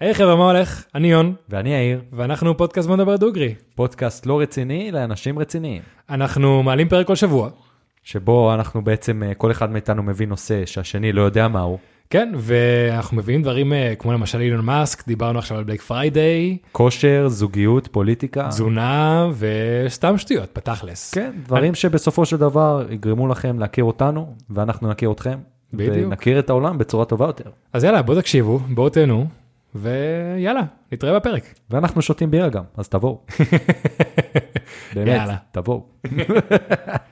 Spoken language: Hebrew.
היי חבר'ה, מה הולך? אני יון, ואני יאיר, ואנחנו פודקאסט בוא נדבר דוגרי. פודקאסט לא רציני לאנשים רציניים, אנחנו מעלים פרק כל שבוע, שבו אנחנו בעצם, אה, כל אחד מאיתנו מביא נושא שהשני לא יודע מהו. כן, ואנחנו מביאים דברים אה, כמו למשל אילון מאסק, דיברנו עכשיו על בלייק פריידיי, אה. כושר, זוגיות, פוליטיקה. תזונה וסתם שטויות, בתכלס. כן, דברים שבסופו של דבר יגרמו לכם להכיר אותנו, ואנחנו נכיר אתכם. בדיוק. ונכיר את העולם בצורה טובה יותר. אז יאללה, בואו תקשיבו, בואו תהנו, ויאללה, נתראה בפרק. ואנחנו שותים בירה גם, אז תבואו. באמת, יאללה. תבואו.